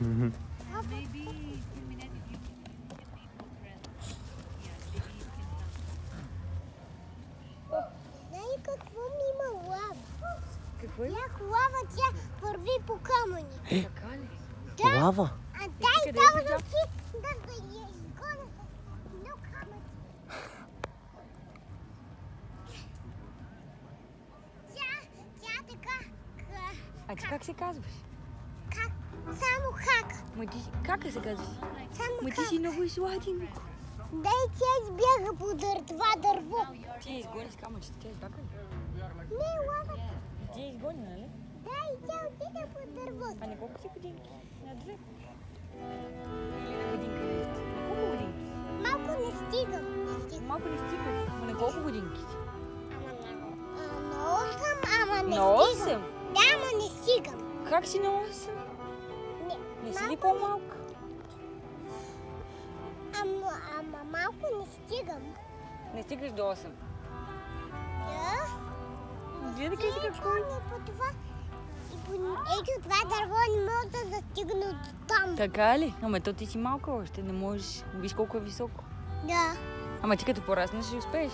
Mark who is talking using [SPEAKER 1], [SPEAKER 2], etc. [SPEAKER 1] Мгм.
[SPEAKER 2] Maybe 10 minutes if you can be compressed. Yeah, maybe you can come.
[SPEAKER 3] Знаю какво ми има лава.
[SPEAKER 4] Какво има?
[SPEAKER 3] Тях лава, тя върви по камъни.
[SPEAKER 4] Така ли?
[SPEAKER 1] Лава?
[SPEAKER 3] А
[SPEAKER 4] къде
[SPEAKER 3] дай
[SPEAKER 4] е
[SPEAKER 3] там
[SPEAKER 4] тя?
[SPEAKER 3] да си да да я изгоня с едно камъче. Тя, тя така, ка-
[SPEAKER 4] А ти как се казваш?
[SPEAKER 3] как, само как,
[SPEAKER 4] Ма ти си- как се казваш?
[SPEAKER 3] само
[SPEAKER 4] Ма ти
[SPEAKER 3] как.
[SPEAKER 4] си много сладенко.
[SPEAKER 3] Дай тя избяга по дър, това дърво.
[SPEAKER 4] Ти я изгони с камъчета, тя избака ли?
[SPEAKER 3] Не, лава,
[SPEAKER 4] Ти я изгони, нали?
[SPEAKER 3] дай тя отида по дървото.
[SPEAKER 4] А на колко си годинки? На две. Или на годинка ли? сте? На колко годинки? сте?
[SPEAKER 3] Малко не стигам, не стигам.
[SPEAKER 4] Малко не стигна. Ма на колко годинки? сте?
[SPEAKER 3] А, на 8, ама не
[SPEAKER 4] На
[SPEAKER 3] стигам.
[SPEAKER 4] 8?
[SPEAKER 3] Да, ама не стигам.
[SPEAKER 4] Как си на 8?
[SPEAKER 3] Не,
[SPEAKER 4] Не си ли
[SPEAKER 3] малко
[SPEAKER 4] по-малка?
[SPEAKER 3] Ама, ама малко не стигам.
[SPEAKER 4] Не стигаш до 8.
[SPEAKER 3] Да.
[SPEAKER 4] Гледай къде си какво е.
[SPEAKER 3] Помня по това. И по ето това дърво не може да застигне от там.
[SPEAKER 4] Така ли? Ама то ти си малка още, не можеш. Виж колко е високо.
[SPEAKER 3] Да.
[SPEAKER 4] Ама ти като пораснеш ще успееш.